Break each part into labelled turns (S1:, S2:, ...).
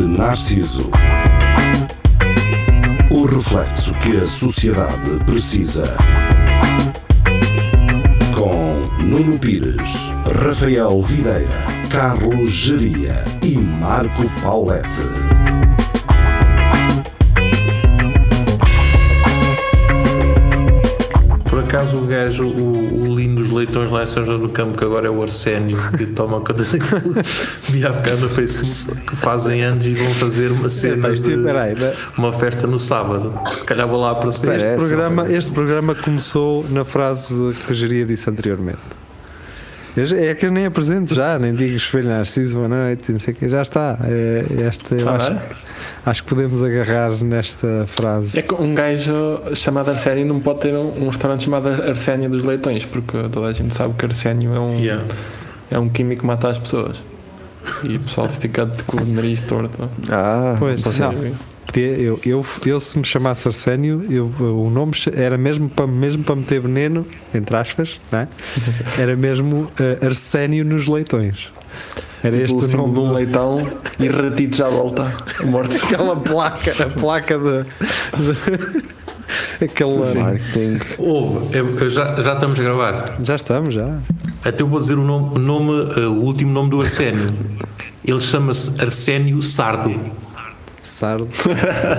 S1: Narciso. O reflexo que a sociedade precisa. Com Nuno Pires, Rafael Videira, Carlos Geria e Marco Paulette.
S2: Por acaso o gajo, o, o lindo dos leitões lá em São João do Campo, que agora é o Arsénio, que toma conta daquilo, vi há bocado no Facebook, que fazem anos e vão fazer uma cena
S3: mas,
S2: de,
S3: tipo, peraí, mas- é
S2: uma festa no sábado. Se calhar vou lá aparecer.
S3: Este
S4: Parece,
S3: programa, este programa começou na frase que o Jeria disse anteriormente. Eu já- É que eu nem apresento já, nem digo espelho Narciso, boa noite, não sei o quê, já está. É, esta, eu
S5: Está
S3: acho,
S5: bem.
S3: acho que podemos agarrar nesta frase.
S5: É que um gajo chamado Arsénio não pode ter um, um restaurante chamado Arsénio dos Leitões, porque toda a gente sabe que Arsénio é um,
S2: Yeah.
S5: é um químico que mata as pessoas. E o pessoal fica de com o nariz torto.
S4: Ah,
S3: Pois,
S5: Vocês
S3: não,
S5: viram?
S3: podia- eu, eu, eu se me chamasse Arsénio, eu- eu- o nome che- era mesmo para, mesmo para meter veneno, entre aspas, não é? era mesmo eh, Arsénio nos leitões. Era este o
S5: Evolução
S3: nome
S5: de um
S3: do-
S5: leitão e ratitos à volta. Mortos.
S3: aquela placa, a placa da. da- aquela.
S4: marketing.
S2: Houve, eu, eu já, já estamos a gravar.
S3: Já estamos, já.
S2: Até eu vou dizer o nome, o, nome, eh, o último nome do Arsénio. Ele chama-se Arsénio Sardo.
S3: Sardo.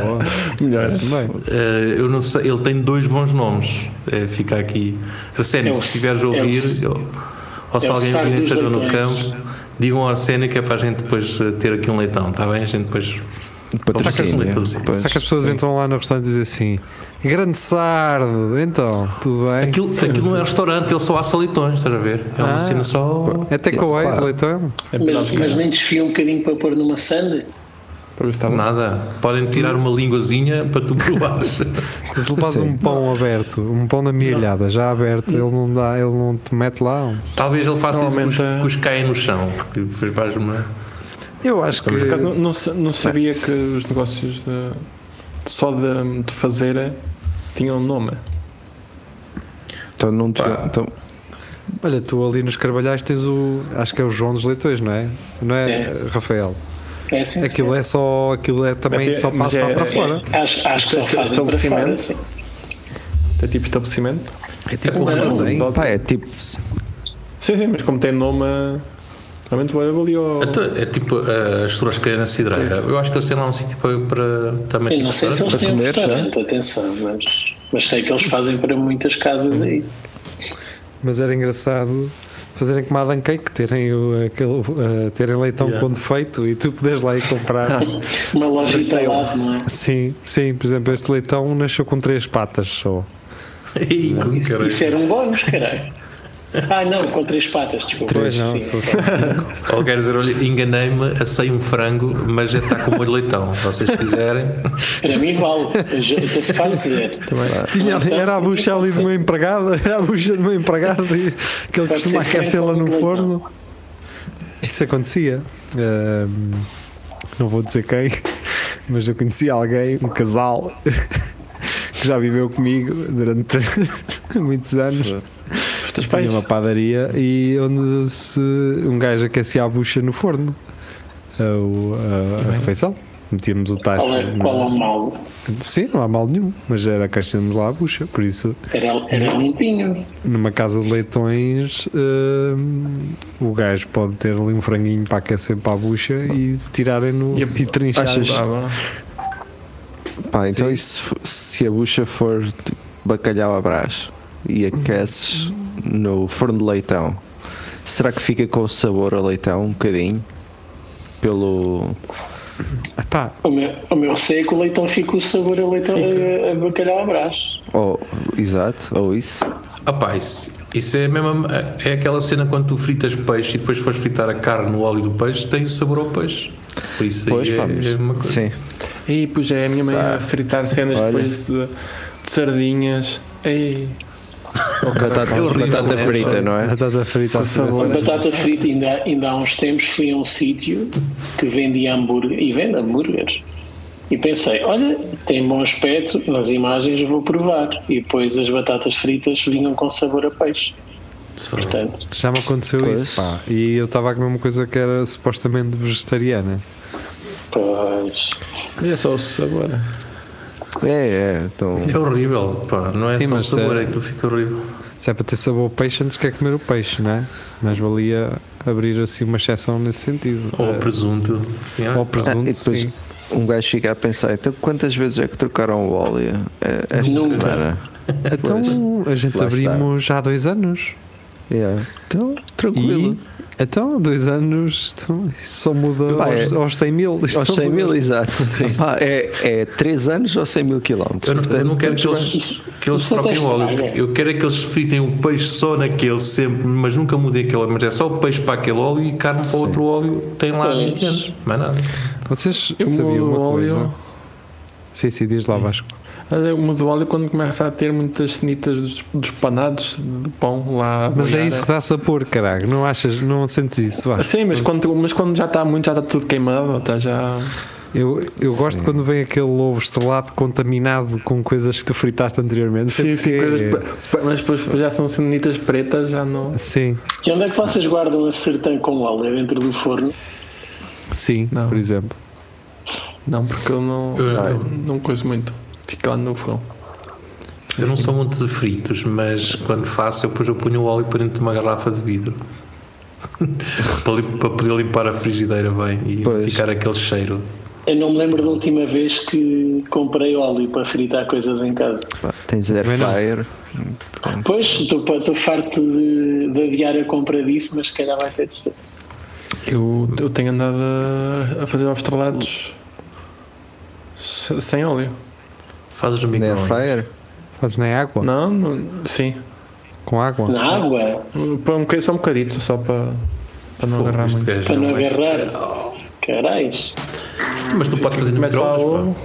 S3: Boa,
S5: Melhor.
S3: parece bem.
S2: Eh, eu não sei, ele tem dois bons nomes. Eh, fica aqui. Arsénio,
S6: É o-
S2: se estiveres a
S6: é o-
S2: ouvir, ou, ou se
S6: é o
S2: alguém
S6: Sardo
S2: vir em
S6: dos
S2: São João no
S6: Leitões.
S2: campo, digam ao Arsénio que é para a gente depois eh, ter aqui um leitão, está bem? A gente depois.
S4: um Patrocínio.
S2: Patrocínio.
S4: Pois.
S3: Será que as pessoas entram lá no restaurante e dizem assim: Grande Sardo, então, tudo bem?
S2: Aquilo, aquilo não é restaurante, ele só assa leitões, estás a ver? É uma
S3: Ah.
S2: cena só.
S3: É takeaway
S4: Claro.
S3: de leitão?
S5: É para
S6: Mas,
S5: buscar,
S6: mas nem desfia um bocadinho para pôr numa sanda?
S5: para ver se está bom.
S2: Nada. Podem tirar uma linguazinha para tu provares.
S3: Se levas
S4: Sim.
S3: um pão aberto, um pão na mialhada, já aberto, ele não dá, ele não te mete lá. um.
S2: Talvez ele faça isso que os,
S5: Normalmente é-
S2: que os caem no chão. porque depois faz uma-
S3: Eu acho que.
S5: Por acaso não, não sa- não sabia que os negócios de- só de, de fazer tinham nome.
S4: Então não te.
S2: Pá.
S4: Então,
S3: Olha, tu ali nos Carvalhais tens o. Acho que é o João dos Leitões, não é? Não é,
S6: É.
S3: Rafael?
S6: É assim?
S3: Aquilo
S6: senhor?
S3: é só. Aquilo é também
S5: Mas é-
S3: só
S5: mas
S3: passa
S5: é-
S3: para
S5: é-
S3: fora.
S6: Acho, acho que só
S5: Este-
S6: fazem para fora.
S5: estabelecimento.
S6: sim.
S5: É tipo estabelecimento.
S3: É tipo
S6: um
S5: Não,
S6: hotel.
S5: não-
S4: pá, é tipo.
S5: Sim, sim, mas como tem nome, é realmente vai ali ao.
S2: Então, É tipo eh, as churrasqueiras na cidreira. Eu acho que eles têm lá um sítio para, para também.
S6: Eu
S2: tipo,
S6: não sei se eles
S2: restaurante.
S6: têm um
S4: comer, já.
S6: restaurante, atenção, mas, mas sei que eles fazem para muitas casas aí.
S3: Mas era engraçado fazerem como Adam Cake, terem, o, aquele, uh, terem leitão
S2: Yeah.
S3: com defeito e tu podes lá ir comprar.
S6: Uma loja italada, não é?
S3: sim, sim, por exemplo, este leitão nasceu com três patas só.
S2: Ei, como
S6: Isso,
S2: caralho.
S6: isso era um bónus, caralho. Ah, não, com três patas, desculpa.
S3: Pois não,
S6: Sim.
S3: se fosse-
S2: Ou quer dizer, olha, enganei-me, assei um frango, mas já está com molho de leitão. Se vocês quiserem,
S6: Para mim vale, eu já- eu estou-se para dizer.
S3: Tinha, era a bucha ali de uma empregada, era a bucha de uma empregada e que ele
S6: Pode
S3: costuma
S6: ser
S3: aquecer lá no
S6: crente ou
S3: forno. Isso acontecia. Ahm, não vou dizer quem, mas eu conheci alguém, um casal, que já viveu comigo durante muitos anos.
S5: teus
S3: Tinha
S5: pais?
S3: é uma padaria e onde se um gajo aquecia a bucha no forno. A, o- a- a refeição. Metíamos o tacho.
S6: Qual é,
S3: no-
S6: qual é o mal?
S3: Sim, não há mal nenhum, mas era que tínhamos lá a bucha, por isso
S6: Era, era limpinho.
S3: numa casa de leitões hum, o gajo pode ter ali um franguinho para aquecer para a bucha e tirarem no e,
S5: E a-
S3: trincharem.
S5: Ah, bom.
S4: Pá, então
S3: Sim.
S4: e se, f- se a bucha for tipo, bacalhau à brás e aqueces no forno de leitão, será que fica com sabor a leitão um bocadinho? Pelo.
S3: Ah, Pá,
S6: O meu, o meu seco, o leitão fica o sabor a, leitão, a, a bacalhau à brás.
S4: Ou, exato, ou isso?
S2: opá, isso, isso é mesmo. É aquela cena quando tu fritas peixe e depois fores fritar a carne no óleo do peixe, tem o sabor ao peixe. Por isso
S4: Pois,
S2: aí
S4: pá,
S2: é,
S4: mas-
S2: é uma coisa.
S4: Sim.
S5: Ei, pois é, a minha mãe a fritar cenas
S4: Olha.
S5: depois de, de sardinhas. Ei,
S4: Batata,
S2: É horrível,
S4: batata
S2: né?
S4: frita, não é?
S3: batata frita
S5: Com
S3: a saber.
S5: sabor.
S6: A batata frita, ainda, há- ainda há uns tempos fui a um sítio que vendia hambúrguer e vende hambúrgueres. E pensei, olha, tem bom aspecto, nas imagens vou provar. E depois as batatas fritas vinham com sabor a peixe. Portanto,
S3: Já me aconteceu
S4: Pois.
S3: isso, pá. E eu estava a comer uma coisa que era supostamente vegetariana.
S6: Pois.
S5: É só o sabor.
S4: É, é, então.
S2: É horrível, pá, não é
S3: Sim,
S2: só o
S3: mas,
S2: sabor,
S3: eh,
S2: é que tu fica horrível.
S3: Se é para ter sabor ao peixe, antes quer comer o peixe, não é? Mas valia abrir assim uma exceção nesse sentido.
S2: Ou
S3: Eh,
S2: presunto, sim,
S3: ou
S2: ah,
S3: presunto,
S4: Ah, e depois-
S3: sim.
S4: Um gajo fica a pensar, então quantas vezes é que trocaram o óleo eh, esta
S6: Nunca.
S4: semana?
S3: Então a gente
S4: Lá
S3: abrimos há dois anos.
S4: Yeah. Então, tranquilo.
S3: E, então, há dois anos então, isso só muda
S4: Pá,
S3: aos,
S4: é-
S3: aos 100 mil. Isto
S4: Aos
S3: só
S4: 100
S3: muda
S4: mil,
S3: aos-
S4: exato. Pá, é, é 3 anos ou 100 mil quilómetros.
S2: eu, não, eu não
S4: Portanto,
S2: quero que
S4: tudo
S2: eles,
S6: Isso-
S2: que eles
S6: isso até
S2: troquem o
S6: está
S2: óleo.
S6: bem.
S2: Eu quero é que eles fritem o peixe só naquele sempre, mas nunca mudem aquele óleo. Mas é só o peixe para aquele óleo e carne para
S4: Sim.
S2: outro óleo. Tem lá há
S6: Pois.
S2: 20 anos, mais nada.
S3: Vocês
S5: Eu
S3: sabiam
S5: mudo
S3: uma
S5: o óleo.
S3: coisa? Sim, sim, diz lá, Vasco.
S5: Mas é, eu mudo o óleo quando começa a ter muitas cenitas dos, dos panados de pão lá. a
S3: Mas é
S5: boiar.
S3: isso que dá sabor, caralho. Não achas, não sentes isso, Vasco?
S5: Sim, mas quando, mas quando já está muito, já está tudo queimado, está já.
S3: Eu, eu gosto quando vem aquele ovo estrelado contaminado com coisas que tu fritaste anteriormente.
S5: Sim, sim,
S3: É-
S5: coisas. pre- Mas depois já são cenitas pretas, já não.
S3: Sim,
S6: E onde é que vocês guardam a sertã com óleo? É dentro do forno?
S3: sim,
S5: Não.
S4: Ah.
S3: por exemplo.
S5: Não, porque eu não.
S2: Eu-
S5: não, não coiso muito. Fica lá no fogão.
S2: Eu não sou muito de fritos, mas quando faço, eu, depois eu ponho o óleo para dentro de uma garrafa de vidro. para, lim- para poder limpar a frigideira bem e
S4: Pois.
S2: ficar aquele cheiro.
S6: Eu não me lembro da última vez que comprei óleo para fritar coisas em casa.
S4: pá, Tens air
S3: Também não.
S4: fryer.
S6: Pois, estou pa- estou farto de, de adiar a compra disso, mas se calhar vai ter de ser.
S5: Eu, eu tenho andado a, a fazer obstrelados se- sem óleo.
S2: Fazes no
S4: Na air
S2: micro
S4: fryer?
S3: Fazes na água?
S5: Não, não- sim.
S3: Com água?
S6: Na água,
S5: Põe um bocadinho, só um bocadito, só para, para não agarrar muito.
S2: é-
S6: para não agarrar. Carais.
S2: um Mas tu podes fazer no
S5: Metes lá
S2: micro
S5: o.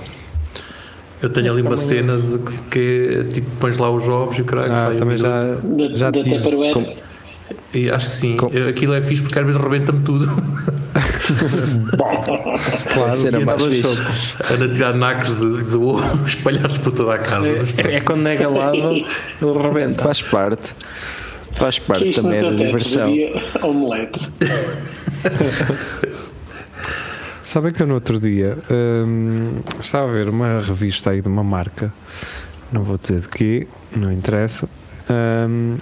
S2: Eu tenho ali uma
S5: Fica
S2: cena de que, que, tipo pões lá os ovos e o caralho.
S3: Ah,
S2: vai,
S3: também
S2: eu-
S3: já,
S6: Da,
S3: já
S6: da
S3: tive.
S6: Tupperware.
S2: e acho que sim.
S4: Com-
S2: Eu- Aquilo é fixe porque às vezes rebenta-me tudo.
S4: Claro, cena mais fixe.
S2: Ando a tirar nacos de, de ovo espalhados por toda a casa. Mas
S5: É, é quando é galado, ele rebenta.
S4: Faz parte. Faz
S6: Que
S4: parte
S6: isto
S4: também da
S6: no teu teto
S4: diversão.
S6: havia omelete.
S3: Sabem que eu no outro dia hum, estava a ver uma revista aí de uma marca, não vou dizer de quê, não interessa. hum,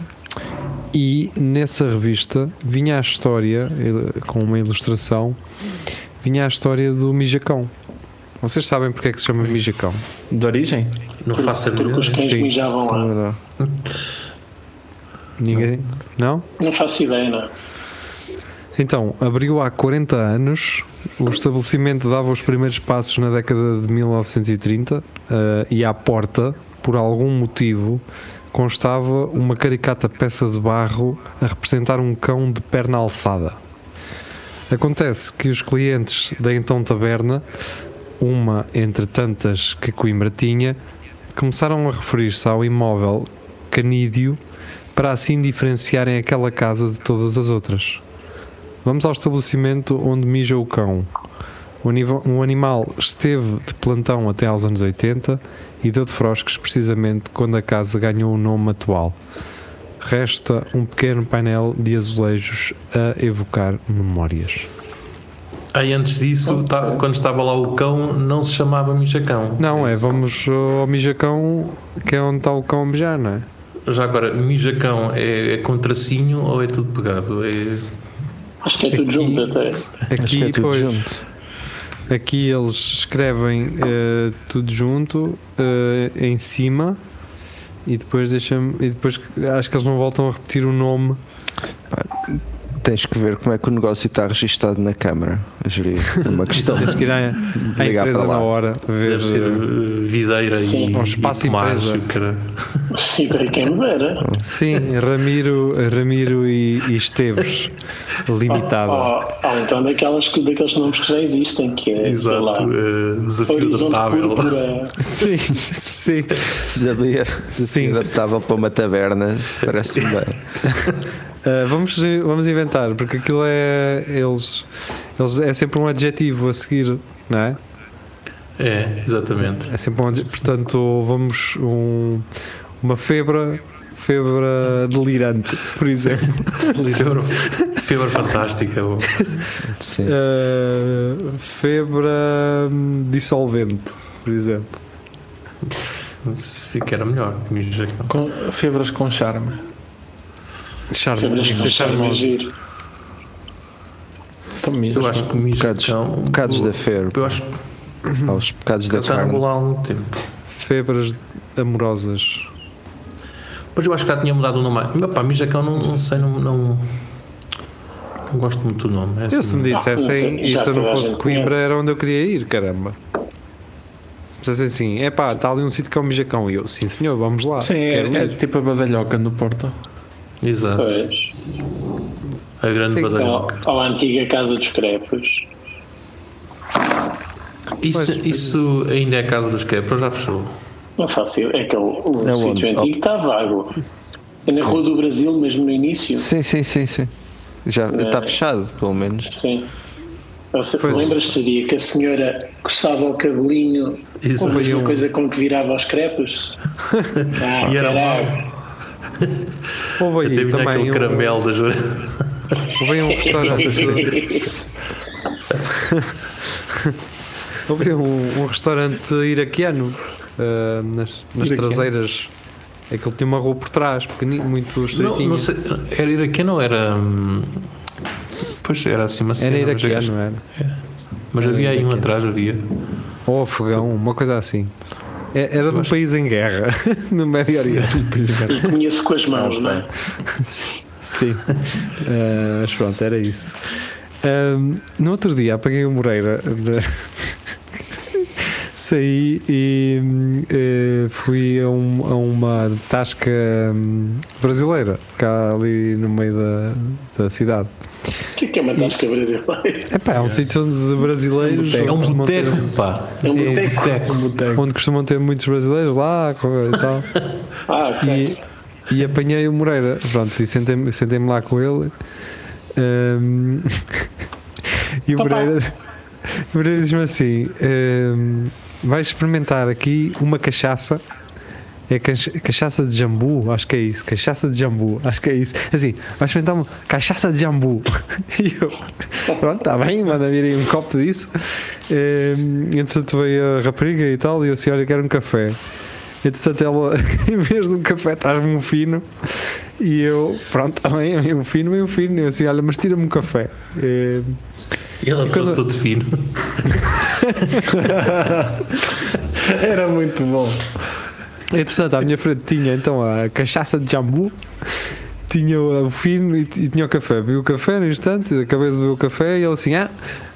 S3: e nessa revista vinha a história, ele- com uma ilustração, vinha a história do Mijacão. Vocês sabem porque é que se chama Mijacão?
S5: De origem?
S2: não faço a
S6: Porque
S2: melhor.
S6: os cães
S3: Sim.
S6: mijavam lá.
S4: Também não.
S3: Ninguém? Não?
S6: Não faço ideia, não.
S3: Então, abriu há 40 anos, o estabelecimento dava os primeiros passos na década de 1930 eh, e à porta, por algum motivo, constava uma caricata peça de barro a representar um cão de perna alçada. Acontece que os clientes da então taberna, uma entre tantas que Coimbra tinha, começaram a referir-se ao imóvel canídeo para assim diferenciarem aquela casa de todas as outras. Vamos ao estabelecimento onde mija o cão. O aniva- O animal esteve de plantão até aos anos 80 e deu de frosques precisamente quando a casa ganhou o nome atual. Resta um pequeno painel de azulejos a evocar memórias.
S2: Aí antes disso, tá- quando estava lá o cão, não se chamava Mijacão.
S3: Não, é,
S2: Isso.
S3: vamos ao mijacão, que é onde está o cão a mijar, não é?
S2: Já agora, Mijacão é, é com tracinho ou é tudo pegado? É,
S6: Acho que é tudo
S3: Aqui-
S6: junto até.
S4: Acho que
S3: Aqui,
S4: é tudo
S3: pois,
S4: junto.
S3: aqui eles escrevem eh, tudo junto eh, em cima e depois deixam e depois acho que eles não voltam a repetir o nome
S4: Tens que ver como é que o negócio está registado na Câmara. Júri. É uma questão.
S3: Tens que ir à, à
S4: Ligar
S3: empresa
S4: para lá.
S3: na hora ver.
S2: deve ser
S3: eh,
S2: eh, videira
S6: Sim.
S2: e,
S3: Um espaço
S2: e Tomás,
S3: empresa.
S2: e o cara.
S6: E daí quem me dera.
S3: Sim, Ramiro, Ramiro e, e Esteves Limitada.
S6: Ou, ou então daquelas, que- daqueles nomes que já existem, que é, sei lá,
S2: Exato, eh, desafio
S6: Horizonte
S2: adaptável.
S6: Púrpura.
S3: Sim, sim.
S4: Desafio- desafio adaptável para uma taberna. Parece-me bem.
S3: Eh, vamos, vamos inventar, porque aquilo é. Eles, eles é sempre um adjetivo a seguir, não é?
S2: É, exatamente.
S3: É sempre um adjetivo. Portanto, vamos um, uma febra febre delirante, por exemplo.
S2: Febre, febre fantástica. bom.
S4: Sim.
S3: Uh, febre hum, dissolvente, por exemplo.
S2: Se ficar melhor, me diz que não.
S5: Com, febras com charme.
S3: Charme.
S6: Febras
S3: tem que
S6: com
S3: ser
S6: charme é
S3: charmoso.
S6: giro.
S5: Então, mesmo.
S2: Eu acho que me
S4: Bocados, bocados da febre,
S2: Eu acho
S4: aos bocados
S2: que
S4: da
S2: já não
S4: carne.
S2: vou Então, lá há algum tempo.
S3: Febras amorosas.
S2: Mas eu acho que já tinha mudado o nome. Mas, Pá, Mijacão não, não sei, não, não. não gosto muito do nome. É
S3: Eu se
S2: assim.
S4: um
S3: me dissessem,
S6: Ah,
S3: e
S6: já
S3: se eu
S6: toda
S3: não
S6: a
S3: fosse
S6: gente
S3: Coimbra,
S6: conhece.
S3: era onde eu queria ir, caramba. Se me dissessem assim, é pá, está ali um sítio que é um mijacão. E eu, sim senhor, vamos lá.
S5: Sim,
S3: quero
S5: é, é
S3: ir.
S5: tipo a badalhoca no Porto.
S2: Exato.
S6: Pois.
S2: A grande
S3: Sim,
S6: Ou,
S2: badalhoca.
S6: ou a antiga Casa dos Crepes.
S2: Isso, isso ainda é a casa dos quebros, já fechou.
S6: Não fácil. É que o, o
S4: É onde?
S6: sítio antigo está vago. É na Rua do Brasil, mesmo no início.
S4: Sim, sim, sim, sim. Já está fechado, pelo menos.
S6: Sim. Você
S3: Pois.
S6: lembras-te dia que a senhora coçava o cabelinho
S2: Isso
S6: com a
S2: foi
S6: mesma
S2: um-
S6: coisa com que virava os crepes? Ah,
S2: E era
S6: caralho.
S3: Houve
S2: Até
S3: aí
S2: vinha
S3: também
S2: aquele
S3: um,
S2: caramelo da Jura.
S3: houve aí um restaurante. Houve um, um restaurante iraquiano ah, nas, nas
S5: Iraquiano.
S3: traseiras. É que ele tinha uma rua por trás, pequenino, muito
S2: Não,
S3: estreitinha.
S2: não sei, era iraquiano ou era. hum, Pois era assim uma cena.
S3: Era
S2: mas eu acho-
S3: iraquiano, era.
S2: Mas
S3: Era
S2: havia aí um
S3: iraquiano.
S2: atrás, havia.
S3: Ou afegão, uma coisa assim. É- Era de um
S2: acho-
S3: país em guerra, no Médio Oriente.
S2: um
S6: Conheço com as mãos, não é?
S3: Sim. Ah, mas pronto, era isso. Ahm, no outro dia apanhei o Moreira. na- Saí e hum, eh, fui a, um- a uma tasca hum, brasileira, cá ali no meio da, da cidade.
S6: O que é que é uma tasca brasileira?
S3: Epá, é um sítio onde brasileiros.
S2: É um
S3: costumam ter-
S2: boteco, pá.
S6: É um boteco.
S2: boteco.
S3: Onde costumam ter muitos brasileiros lá co- e tal.
S6: Ah, ok.
S3: e, e apanhei o Moreira. Pronto, e sentei-me sentei lá com ele. Ahm, e o
S6: Papá.
S3: Moreira, o Moreira diz-me assim: ahm, vais experimentar aqui uma cachaça. É cancha- cachaça de jambu, acho que é isso. Cachaça de jambu, acho que é isso. Assim, vais experimentar uma cachaça de jambu. E eu, pronto, está bem, manda-me ir aí um copo disso. Ahm, Entretanto, veio a rapariga e tal, e eu assim: olha, quero um café. Entretanto, ela, em vez de um café, traz-me um fino. E eu, pronto, também, um fino, um fino. E eu assim, olha, mas tira-me um café. Eh,
S2: E ela
S3: quando-
S2: trouxe todo fino.
S5: Era muito bom.
S3: Entretanto, à minha frente tinha então a cachaça de jambu, tinha o fino e, e tinha o café. Bebi o café no instante, acabei de beber o café e ele assim, ah,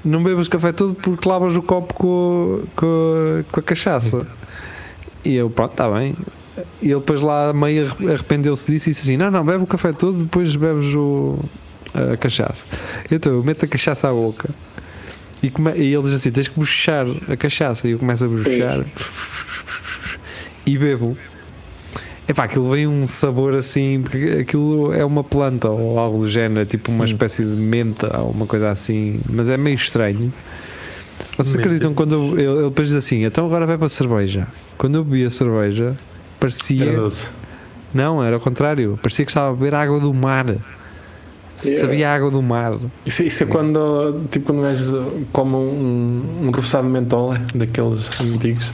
S3: não bebas café todo porque lavas o copo com, com, com a cachaça. E eu, pronto, está bem. E ele depois lá meio arre- arrependeu-se disso e disse assim, não, não, bebe o café todo, depois bebes o, a cachaça. Então eu meto a cachaça à boca. E, come- e ele diz assim: tens que bochechar a cachaça. E eu começo a bochechar e bebo. Epá, aquilo vem um sabor assim, porque aquilo é uma planta ou algo do género, é tipo uma espécie de menta ou uma coisa assim, mas é meio estranho. Vocês
S2: Menta.
S3: acreditam quando eu- ele, ele depois diz assim: então agora vai para a cerveja. Quando eu bebi a cerveja,
S5: Era
S3: parecia.
S5: doce.
S3: Não, era o contrário, parecia que estava a beber água do mar. Sabia a água do mar.
S5: Isso, isso é quando, tipo, quando um gajo come um, um rebuçado de mentola, daqueles antigos,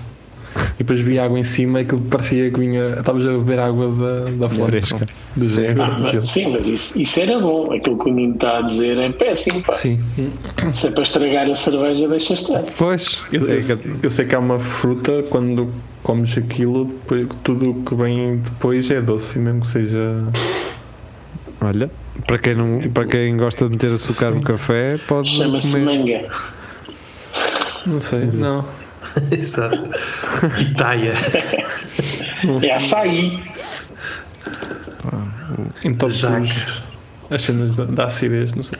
S5: e depois vi água em cima, aquilo parecia que vinha. Estavas a beber água da, da fonte.
S3: Fresca.
S5: não? Do zero.
S6: Ah, mas-
S5: aquilo.
S6: sim, mas isso, isso era bom. Aquilo que o Nuno está a dizer é péssimo. Pá.
S5: Sim.
S6: Se é para estragar a cerveja, deixa estar.
S3: Pois,
S5: Eu,
S3: é
S5: eu-
S3: que-
S5: eu sei que há uma fruta, quando comes aquilo, depois, tudo o que vem depois é doce, mesmo que seja.
S3: Olha, para quem, não, para quem gosta de meter açúcar no café, pode
S6: Chama-se
S3: comer.
S6: manga.
S5: Não sei. Não.
S2: Exato. Itaia.
S6: É açaí.
S5: Em todos
S2: Jaque.
S5: os, as cenas da, da acidez, não sei.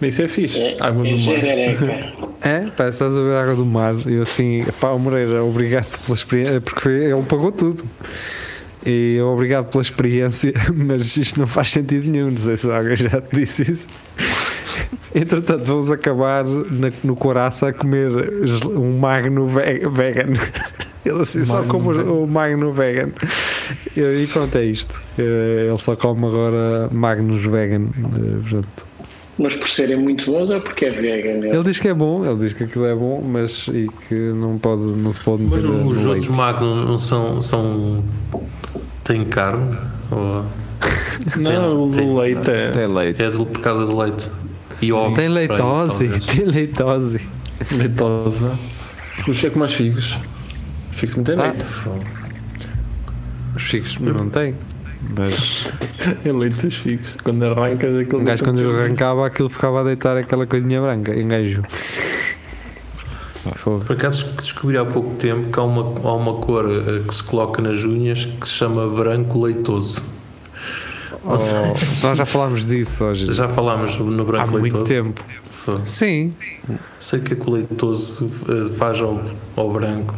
S5: Mas isso é fixe.
S6: É,
S5: água
S6: é
S5: do mar.
S6: jerereca.
S3: É, parece estás a ver água do mar. E eu assim, pá, Moreira, obrigado pela experiência, porque foi- ele pagou tudo. E eu obrigado pela experiência, mas isto não faz sentido nenhum. Não sei se alguém já te disse isso. Entretanto, vamos acabar na- no Coraça a comer gel- um Magno ve- vegan. Ele assim, só como o Magno vegan. E pronto, é isto. Eh, Ele só come agora Magnus Vegan. eh, Portanto,
S6: Mas por serem muito bons ou porque é vegan?
S3: ele diz que é bom, ele diz que aquilo é bom, mas e que não, pode, não se pode meter
S2: Mas
S3: no
S2: um, os
S3: leite.
S2: outros Magnum não são, são. têm carne? Ou
S5: Não, o do leite é.
S4: Tem leite.
S2: é do- por causa do leite? E ovos,
S3: Tem
S2: por aí,
S3: leitose,
S2: talvez.
S3: tem leitose.
S5: Leitosa. Os é como os figos. Figos não tem
S3: Ah.
S5: leite.
S3: Os chicos não tem. Mas
S5: É leite dos figos. Quando arrancas aquele.
S3: um gajo quando
S5: leite-
S3: arrancava aquilo ficava a deitar aquela coisinha branca. E um gajo. Fogo.
S2: Por acaso descobri há pouco tempo que há uma, há uma cor eh, que se coloca nas unhas que se chama branco leitoso. Ou seja,
S3: Oh, Nós já falámos disso hoje.
S2: já falámos no
S3: Há
S2: branco
S3: muito
S2: leitoso.
S3: tempo.
S2: Foi.
S3: Sim,
S2: Sei o que é que o leitoso eh, faz ao, ao branco.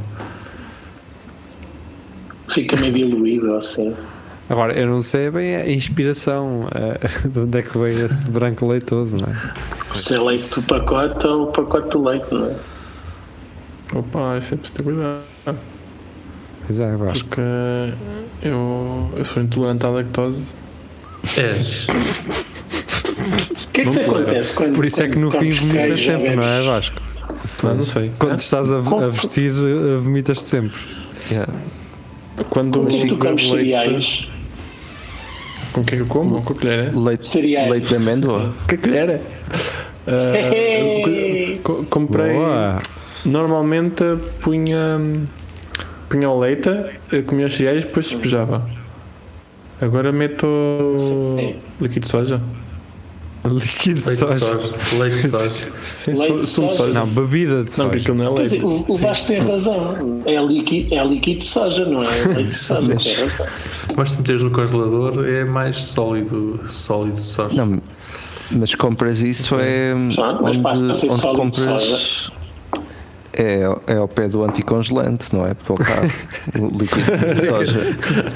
S6: Fica meio diluído assim.
S3: Agora, eu não sei bem a inspiração eh, de onde é que veio esse branco leitoso, não é?
S6: Se é leite do pacote ou o pacote do leite, não é?
S5: Opa, isso é preciso ter cuidado.
S3: Pois é, eu acho.
S5: Porque eu, eu sou intolerante à lactose.
S2: És.
S6: O que é que te acontece quando.
S3: Por isso é que no
S6: quando
S3: fim
S6: comes queijo,
S3: vomitas sempre, não é,
S6: bebes-
S3: Vasco?
S5: Não, não sei.
S3: Quando te estás a, a vestir, eh, vomitas-te sempre.
S4: Yeah.
S5: Quando
S6: Quando
S5: eu
S6: tu comes
S5: leite-
S6: cereais,
S5: Com o que é que eu como? Com a colher, é?
S4: Leite,
S6: Cereais.
S4: leite de amêndoa?
S5: Que colher é?
S6: Hey!
S5: Ah, co- comprei.
S3: Boa!
S5: Normalmente punha, punha o leite, eh, comia os cereais e depois despejava. Agora meto líquido de soja.
S3: Líquido de
S2: Leite de
S3: soja.
S2: soja. Leite de soja.
S5: Sim,
S6: Leite
S5: su- sumo de
S6: de
S5: soja.
S6: um soja.
S5: Não,
S3: Não, bebida de
S5: porque
S3: soja.
S5: aquilo não é
S6: Quer
S5: leite.
S6: dizer, o, o Vasco tem razão. É líquido, é líquido de soja, não é? Leite de soja, tem razão.
S2: Mas se meteres no congelador é mais sólido, sólido de soja.
S4: Não, mas compras isso é
S6: Pronto, Ah, mas passa a ser
S4: onde, onde
S6: sólido de
S4: compras. É, é ao pé do anticongelante, não é? Para o carro. o líquido de soja.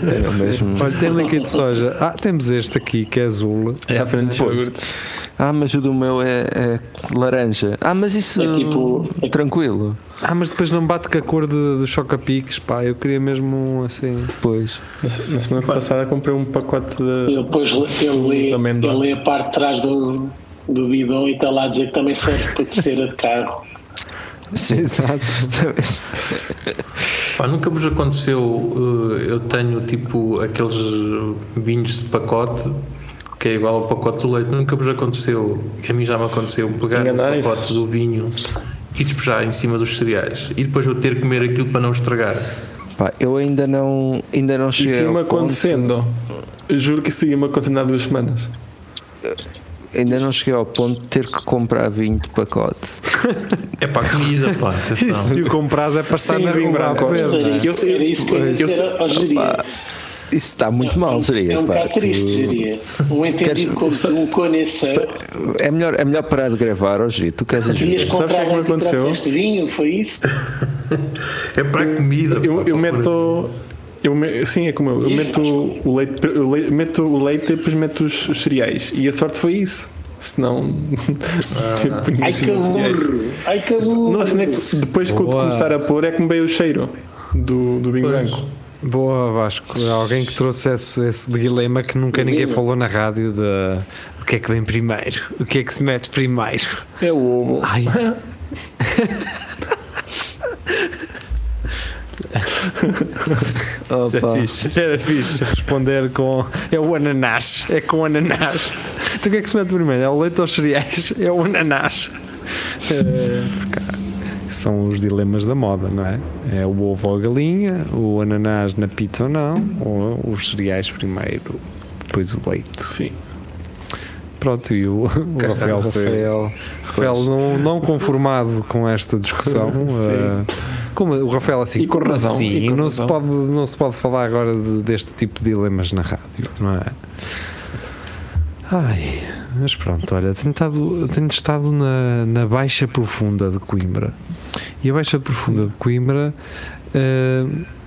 S4: É o mesmo.
S3: Olha, tem líquido de soja. Ah, temos este aqui que é azul.
S5: É à frente de
S4: Pois.
S5: iogurte.
S4: Ah, mas o do meu é, é laranja. Ah, mas isso.
S6: É tipo-
S4: Tranquilo.
S3: Ah, mas depois não bate com a cor de, do choca-piques, pá. Eu queria mesmo um assim.
S4: Pois.
S5: Na, se- na semana passada comprei um pacote de.
S6: Ele depois lê- ele lê,
S5: De amêndoa.
S6: ele lê a parte de trás do, do bidão e está lá a dizer que também serve para terceira de carro.
S4: Sim, exato.
S2: Pá, nunca vos aconteceu, eh, eu tenho tipo aqueles vinhos de pacote que é igual ao pacote do leite, nunca vos aconteceu, a mim já me aconteceu, pegar o
S5: Enganarem-se.
S2: pacote do vinho e despejar em cima dos cereais e depois eu ter que comer aquilo para não estragar.
S4: Pá, eu ainda não. Ainda não
S5: E
S4: cheguei.
S5: se me
S4: ao ponto,
S5: acontecendo. Juro que isso ia-me acontecendo há duas semanas.
S4: ainda não cheguei ao ponto de ter que comprar vinho de pacote.
S2: É para a comida, pá, atenção.
S3: Se o compras é para estar
S5: Sim,
S3: na
S5: vinho
S3: rua a
S5: branco.
S3: beber,
S6: Mas era
S3: não é?
S6: isso,
S5: Eu- eu-
S6: era isso que eu ia
S5: pois.
S6: dizer ao gerir.
S4: Isso está muito mal, seria.
S6: É um
S4: pá, tipo-
S6: bocado triste,
S4: tu-
S6: seria. Um entendido como tu, um conhecer.
S4: É melhor, é melhor parar de gravar hoje. Tu queres
S6: Ias
S4: ajuda?
S5: Sabes o que é
S6: comprar
S5: que me
S6: leite e
S5: aconteceu?
S6: trouxeste vinho, foi isso?
S2: É para a comida. pá,
S5: Eu, eu
S2: procura.
S5: meto. Eu me- sim, é como eu. Eu
S6: Isso.
S5: meto o leite, eu le- meto o leite e depois meto os, os cereais. E a sorte foi isso. Senão. punha
S6: Ai
S5: assim
S6: que
S5: os cereais.
S6: burro! Ai que burro!
S5: Não, assim é que depois que eu
S3: Boa.
S5: começar a pôr é que me veio o cheiro do, do vinho
S2: Pois.
S5: branco.
S3: Boa, Vasco. Alguém que trouxe esse, esse dilema que nunca ninguém
S6: Dilema.
S3: falou na rádio de o que é que vem primeiro? O que é que se mete primeiro?
S5: É o ovo.
S3: Ai. Isso era
S4: Opa.
S3: é fixe. Isso era fixe. Responder com. É o ananás. É com ananás. Então o que é que se mete primeiro? É o leite aos cereais? É o ananás. É, porque há- são os dilemas da moda, não é? É o ovo ou a galinha, o ananás na pizza ou não, ou os cereais primeiro, depois o leite.
S5: Sim.
S3: Pronto, e o, o
S2: Cá está.
S3: Rafael foi.
S4: Rafael.
S3: Rafael não, não conformado com esta discussão.
S5: Sim.
S3: eh, como, o Rafael assim,
S5: E com
S3: como
S5: razão,
S3: assim?
S5: e com
S3: não,
S5: razão.
S3: Se pode, não se pode falar agora de- deste tipo de dilemas na rádio, não é? Ai, mas pronto, olha, tenho estado, tenho estado na, na Baixa Profunda de Coimbra. E a Baixa Profunda de Coimbra eh,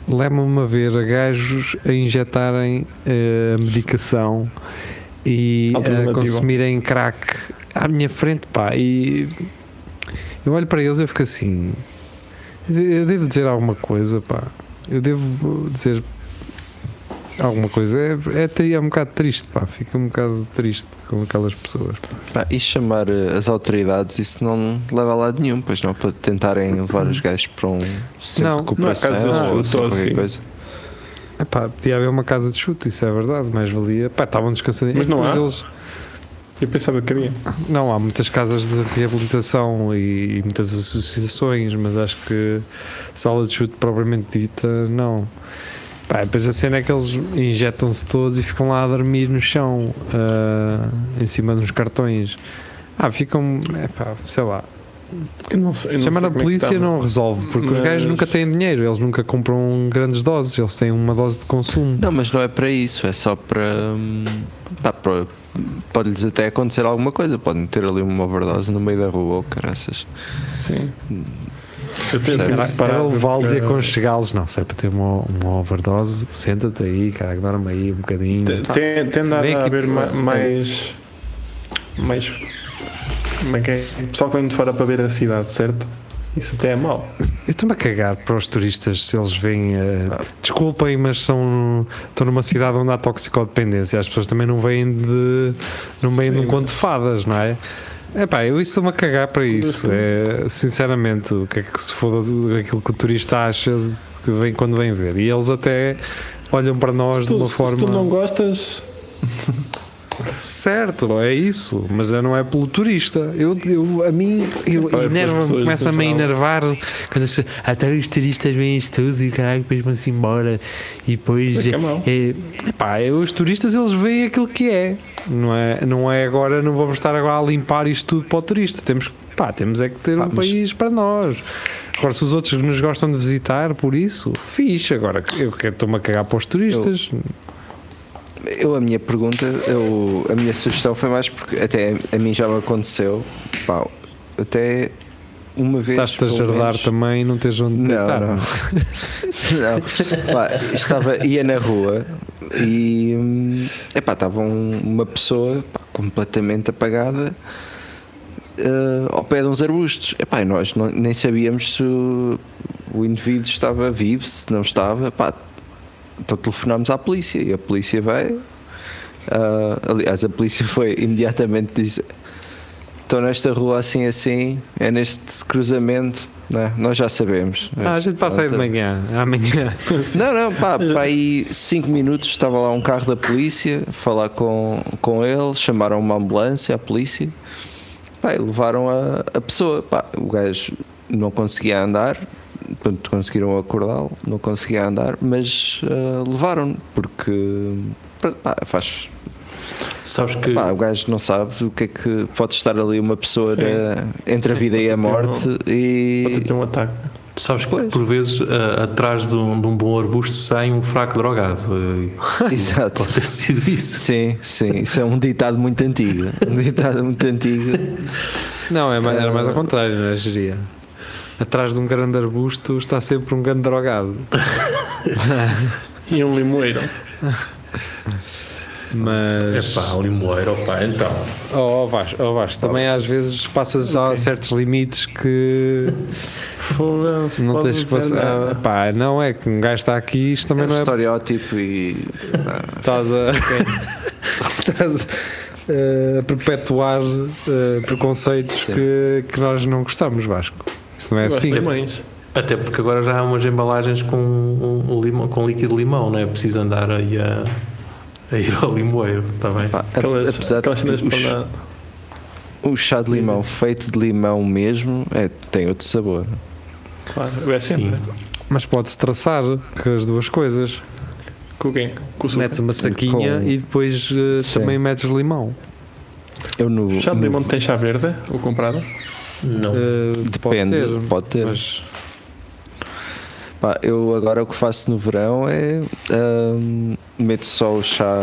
S3: leva-me a ver a gajos a injetarem eh, medicação e a
S5: Alternativa.
S3: consumirem crack à minha frente, pá. E eu olho para eles e eu fico assim. Eu devo dizer alguma coisa, pá. Eu devo dizer alguma coisa. É, é, tri- é um bocado triste, pá. Fica um bocado triste com aquelas pessoas.
S4: Pá, e chamar eh, as autoridades, isso não leva a lado nenhum, pois não, para tentarem levar os gajos para um centro
S3: Não,
S4: de recuperação
S5: não é caso de
S4: ou
S5: surto,
S4: qualquer
S5: assim.
S4: coisa.
S3: É pá, podia haver uma casa de chute, isso é verdade, mais valia. Pá, estavam descansadinhos.
S5: Mas não
S3: Depois
S5: há?
S3: eles-
S5: Eu pensava que havia.
S3: Não, há muitas casas de reabilitação e, e muitas associações, mas acho que sala de chute propriamente dita, não. Pá, depois a cena é que eles injetam-se todos e ficam lá a dormir no chão, ah, em cima dos cartões. Ah, ficam, é pá, sei lá.
S5: Eu não sei. eu não
S3: Chamar
S5: sei
S3: a
S5: como é que
S3: polícia
S5: estava.
S3: não resolve, porque os
S5: Mas-
S3: gajos nunca têm dinheiro, eles nunca compram grandes doses, eles têm uma dose de consumo.
S4: Não, mas não é para isso, é só para. hum, pá, para- Pode-lhes até acontecer alguma coisa, podem ter ali uma overdose no meio da rua ou caraças.
S5: Sim. Eu tenho, tenho
S3: Era,
S5: separado,
S3: era levá-los É e
S5: porque-
S3: aconchegá-los. Não, se é para ter uma, uma overdose, senta-te aí, cara, dorme aí um bocadinho.
S5: Tem- Tem, tem dado
S3: Vem
S5: a
S3: aqui
S5: haver
S3: para-
S5: ma- mais. Mais. Como é que é? Pessoal que vem de fora para ver a cidade, certo? Isso até é mau.
S3: Eu estou-me a cagar para os turistas se eles vêm. eh, Desculpem, mas são, estão numa cidade onde há toxicodependência. As pessoas também não vêm de. não vêm de um
S5: Sim,
S3: conto de fadas, não é? É pá, eu isso estou-me a cagar para isso. É, sinceramente, o que é que se foda de- aquilo que o turista acha de- que vem quando vem ver? E eles até olham para nós
S5: Se tu,
S3: de uma
S5: se
S3: forma.
S5: tu não gostas, é
S3: Certo, é isso, mas eu não é pelo turista. Eu, eu a mim, eu
S5: Olha, é pelas
S3: enerva
S5: pessoas,
S3: começa a me
S5: no geral.
S3: enervar quando se, até os turistas veem isto tudo e caralho, depois vão-se embora e depois.
S5: É que é mau.
S3: é, pá, eu- os turistas eles veem aquilo que é, não é? Não é agora, não vamos estar agora a limpar isto tudo para o turista. Temos, que- pá, temos é que ter
S4: Pá,
S3: um
S4: mas-
S3: país para nós. Agora, se os outros nos gostam de visitar, por isso, fixe. Agora, eu que- estou-me a cagar para os turistas.
S4: Eu, a minha pergunta, eu, a minha sugestão foi mais porque até a mim já me aconteceu, pá, até uma vez.
S3: Estás-te a
S4: pelo
S3: jardar
S4: menos.
S3: também e não tens onde deitar.
S4: Não, não. não. Pá, estava, ia na rua e hum, epá, estava um- uma pessoa pá, completamente apagada eh, ao pé de uns arbustos. Epá, e nós não- nem sabíamos se o, o indivíduo estava vivo, se não estava. Pá, então telefonámos à polícia e a polícia veio. Ah, aliás, a polícia foi imediatamente dizer: Estão nesta rua assim, assim, é neste cruzamento. Né? Nós já sabemos.
S3: Ah, a gente passa aí de manhã, amanhã.
S4: Não, não, pá, pá, aí 5 minutos estava lá um carro da polícia, a falar com, com ele, chamaram uma ambulância, a polícia, pá, e levaram a, a pessoa. Pá, o gajo não conseguia andar, portanto conseguiram acordá-lo, não conseguia andar, mas ah, levaram-no, porque pá, faz.
S2: Sabes que
S4: Pá, o gajo não sabe o que é que pode estar ali uma pessoa
S5: Sim.
S4: na- entre a
S5: Sim,
S4: vida e a
S5: pode ter
S4: morte e.
S5: pode ter um ataque.
S2: Sabes que
S4: Pois.
S2: por vezes a- atrás de um, de um bom arbusto sai um fraco drogado. Eh,
S5: um
S4: Exato.
S2: Pode ter sido isso.
S4: Sim, sim, isso é um ditado muito antigo. Um ditado muito antigo.
S3: Não, é mais, era mais ao
S4: Ah.
S3: contrário, não é, geria? Atrás de um grande arbusto está sempre um grande drogado.
S5: E um limoeiro.
S3: Mas.
S2: Epá, limoeiro, opá, então.
S3: Oh, oh, Vasco, oh, Vasco, também às vezes passas a certos limites que
S5: Foda-se,
S3: não
S5: pode
S3: tens que
S5: dizer
S3: passar.
S5: nada.
S3: Pá, não é que um gajo está aqui, isto
S4: É
S3: também
S4: um
S3: não é.
S4: estereótipo e.
S3: Estás a. estás eh, a perpetuar eh, preconceitos
S4: Sim.
S3: que, que nós não gostamos, Vasco. Isso não é assim.
S5: Limões.
S2: Até porque agora já há umas embalagens com, um- um limão- com líquido de limão, não é preciso andar aí a, a ir ao limoeiro tá também.
S4: pá, a-
S5: Aquelas,
S4: apesar
S5: aquelas cenas
S4: de
S5: para
S4: que
S5: dar.
S4: o, o chá de limão feito de limão mesmo é, tem outro sabor.
S5: Claro, é
S2: Sim.
S5: sempre.
S3: Mas podes traçar com as duas coisas.
S5: Com quem? Com o suco.
S3: Metes uma saquinha
S4: Com-
S3: e depois eh,
S4: Sim.
S3: também metes limão.
S4: Eu no.
S5: Chá de
S4: no-
S5: limão tem chá verde? Ou comprado?
S2: Não.
S3: Eh,
S4: Depende, pode ter.
S3: mas
S4: Pá, eu agora o que faço no verão é hum, meto só o chá,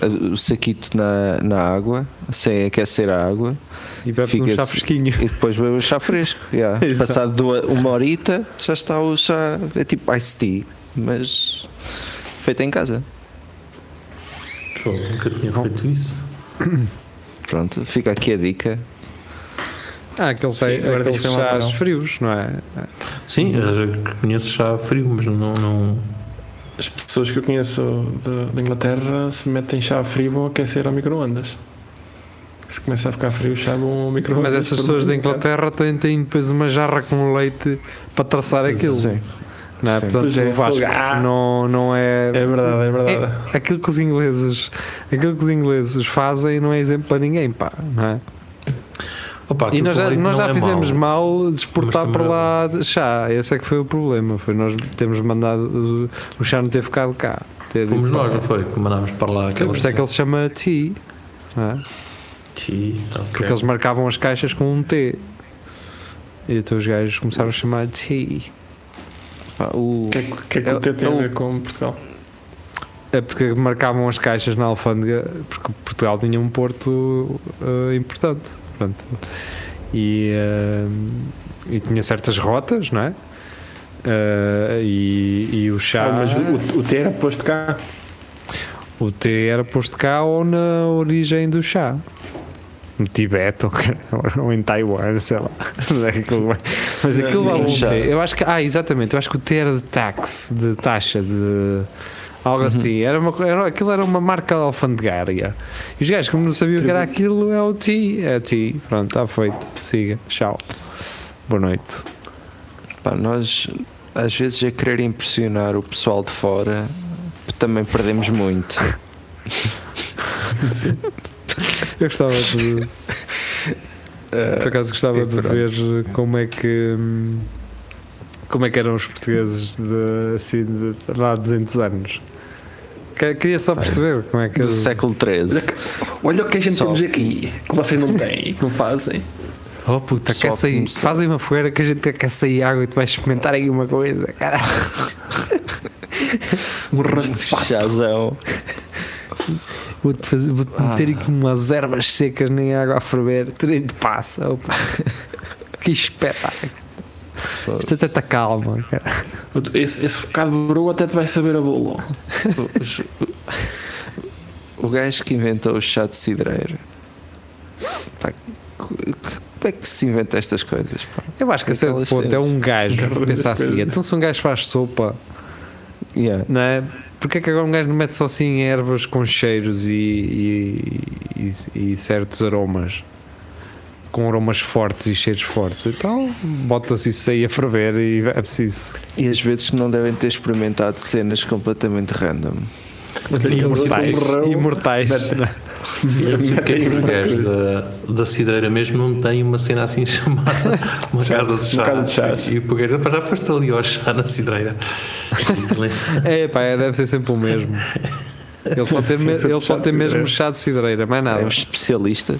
S4: o saquito na, na água, sem aquecer a água,
S3: e bebes um
S4: Fica-se-
S3: chá fresquinho.
S4: e depois bebo o chá fresco. yeah.
S3: Exato.
S4: Passado duas, uma horita já está o chá, é tipo iced tea, mas feito em casa.
S2: Pô, nunca tinha feito isso.
S4: Pronto, fica aqui a dica.
S3: Ah, aqueles,
S5: Sim, agora
S3: aqueles
S5: deixa-me lá
S3: chás
S5: não.
S3: frios, não é?
S2: Sim, eu já conheço chá frio, mas não. não
S5: pessoas que eu conheço de- da Inglaterra se metem chá frio vão aquecer ao microondas. Se começa a ficar frio, chá vão ao microondas. um
S3: Mas essas pessoas da Inglaterra têm, têm depois uma jarra com leite para traçar aquilo.
S4: Sim.
S3: Não é?
S4: Sim.
S3: Portanto,
S5: Pois é,
S3: é Vasco,
S5: fogo. Ah!
S3: não, não é.
S5: É verdade, é verdade.
S3: É, aquilo que os ingleses, aquilo que os ingleses fazem não é exemplo para ninguém, pá, não é?
S2: Opa,
S3: E
S2: aquilo
S3: nós
S2: com
S3: já,
S2: leite
S3: nós
S2: não
S3: já
S2: é
S3: fizemos
S2: mau.
S3: mal de exportar
S2: Mas
S3: para
S2: também é
S3: lá de chá. Esse é que foi o problema. Foi nós temos mandado uh, o chá não ter ficado cá. Ter
S2: Fomos
S3: ido para
S2: nós,
S3: lá.
S2: não foi? Que mandámos para lá
S3: Por
S2: aquela
S3: isso é que ele se chama tea, não é?
S2: Ti, ok.
S3: porque eles marcavam as caixas com um T. E então os gajos começaram a chamar tea.
S4: Pá, o-
S5: O que é que, o que, é que
S4: É-
S5: o teu tem
S4: é
S5: a
S4: o-
S5: ver com Portugal?
S3: É porque marcavam as caixas na alfândega, porque Portugal tinha um porto eh, importante. Pronto. E, eh, e tinha certas rotas, não é? Eh, e, e o chá.
S5: Ah, mas o, o T era posto cá.
S3: O T era posto cá ou na origem do chá? No Tibete ou, que- ou em Taiwan, sei lá. Onde é que aquilo vai? Mas
S5: Não,
S3: aquilo
S5: não
S3: lá um
S4: chá.
S3: T. Eu acho que. Ah, exatamente. Eu acho que o T era de tax, de taxa, de.
S5: Uhum.
S3: Algo assim. Era uma, co- era, aquilo era uma marca alfandegária. E os gajos, como não sabiam o que era aquilo, é o T. É o T. Pronto, está feito. Siga. Tchau. Boa noite.
S4: Pá, nós às vezes a querer impressionar o pessoal de fora também perdemos muito.
S3: Eu gostava de. Por acaso gostava
S4: e
S3: de
S4: pronto.
S3: ver como é que hum, como é que eram os portugueses de, assim, de, lá há 200 anos. Que- Queria só perceber como é que
S4: do século XIII.
S5: Olha o que a gente
S4: Só-
S5: temos aqui, que vocês não têm, que não fazem.
S3: Oh puta,
S4: Só
S3: quer sair,
S4: começou.
S3: fazem uma fogueira que a gente quer sair água e tu vais experimentar aí uma coisa, caralho.
S5: Um rosto de pato.
S4: Chazão.
S3: Vou-te fazer- vou-te
S5: Ah.
S3: meter aqui umas ervas secas nem água a ferver, treino de passa. opa. Que espetáculo. Isto até está calma, cara.
S5: Esse, esse bocado de broa até te vai saber a bolo.
S4: O gajo que inventou o chá de cidreiro. Pá, co- co- como é que se inventa estas coisas? pá?
S3: Eu acho que a certo
S4: Aquelas
S3: ponto é um gajo
S5: Aquelas
S3: pensar assim,
S5: coisas.
S3: então se um gajo faz sopa,
S4: Yeah.
S3: não é? Porque é que agora um gajo não mete só assim ervas com cheiros e, e- e- e certos aromas? Com aromas fortes e cheiros fortes. Então bota-se isso aí a ferver e é preciso.
S4: E às vezes que não devem ter experimentado cenas completamente random.
S3: Imortais. Imortais. não é?
S2: Eu não sei porque é que os gajos da, da cidreira mesmo não têm uma cena assim chamada uma casa de chá.
S5: uma casa de chás.
S2: E o gajo "Pá, já foste ali ao chá na cidreira.
S3: É pá, é, deve ser sempre o mesmo. Ele só tem, me- ele só tem
S5: é.
S3: mesmo chá de cidreira, mais
S4: É
S3: nada.
S4: um especialista.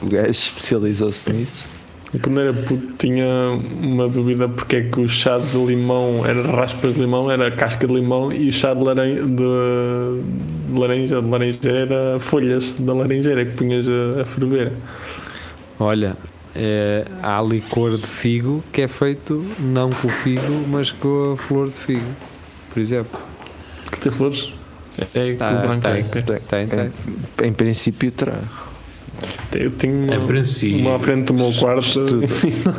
S4: O gajo especializou-se nisso.
S5: E Quando era puto tinha uma dúvida porque é que o chá de limão era raspas de limão, era casca de limão e o chá de, laran de, de laranja, de laranjeira era folhas da laranjeira que punhas a, a ferver.
S3: Olha, é, há licor de figo que é feito não com o figo, mas com a flor de figo, por exemplo.
S5: Que tem flores? É
S3: Tá,
S5: tudo branco.
S3: tem,
S5: ok.
S4: Tem-
S3: tem, tem.
S4: Em, em princípio terá.
S5: Eu tenho
S2: Em
S5: uma,
S2: princípio.
S5: uma à frente do meu quarto.
S4: Estudo.
S5: do meu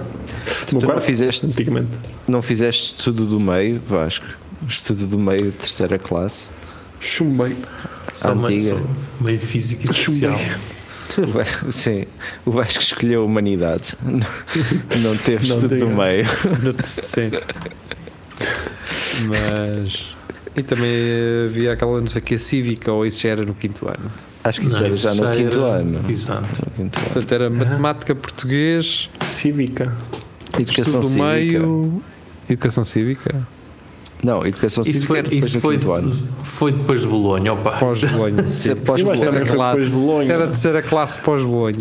S4: Tu não
S5: quarto,
S4: fizeste,
S5: antigamente.
S4: não fizeste estudo do meio, Vasco? Um Estudo do meio, terceira classe.
S5: Chumbei.
S2: Só uma-
S4: antiga.
S2: só meio físico e social.
S4: O Va- Sim, o Vasco escolheu humanidades. Não, não teve
S5: Não
S4: estudo
S5: teve.
S4: do meio.
S3: Sim. Mas. E também havia aquela, não sei o que, cívica, ou isso já era no quinto ano.
S4: Acho que isso
S2: Não,
S4: era já
S2: isso
S4: no quinto
S2: era-
S4: ano.
S2: Exato.
S4: No quinto ano.
S3: Portanto,
S5: Ah.
S3: era matemática, português,
S5: Cívica.
S3: estudo
S4: Educação
S3: do
S4: cívica.
S3: meio. Educação cívica?
S4: Não, educação
S2: Isso
S4: cívica
S2: foi,
S4: era depois
S2: isso
S4: do
S2: foi,
S4: quinto ano.
S2: foi depois de Bolonha, opa.
S3: Pós-Bolonha.
S4: Ah, Isso é pós
S5: Eu acho que também foi depois de Bolonha.
S3: Isso era a terceira classe pós-Bolonha.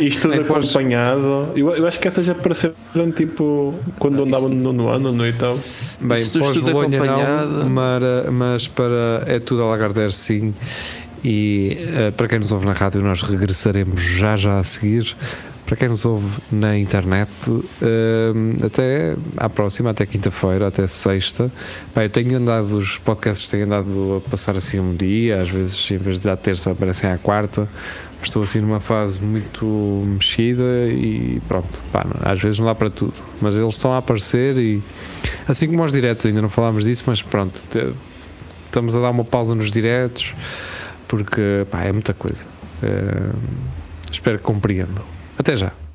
S5: Isto tudo
S3: Em pós-
S5: acompanhado. Eu, eu acho que essas apareceram tipo quando andavam no nono ano, no oitavo.
S3: Bem,
S4: Isso do estudo
S3: pós-Bolonha não,
S4: acompanhado.
S3: mara- mas para é tudo a Lagardère sim. E eh, para quem nos ouve na rádio, nós regressaremos já já a seguir. Para quem nos ouve na internet, eh, até à próxima, até quinta-feira, até sexta. Bem, eu tenho andado, os podcasts têm andado a passar assim um dia, às vezes em vez de à terça aparecem à quarta. Estou assim numa fase muito mexida e pronto, pá, às vezes não dá para tudo, mas eles estão a aparecer e Assim como aos diretos, ainda não falámos disso, mas pronto, te- Estamos a dar uma pausa nos diretos, porque pá, é muita coisa. Eh, espero que compreendam. Até já.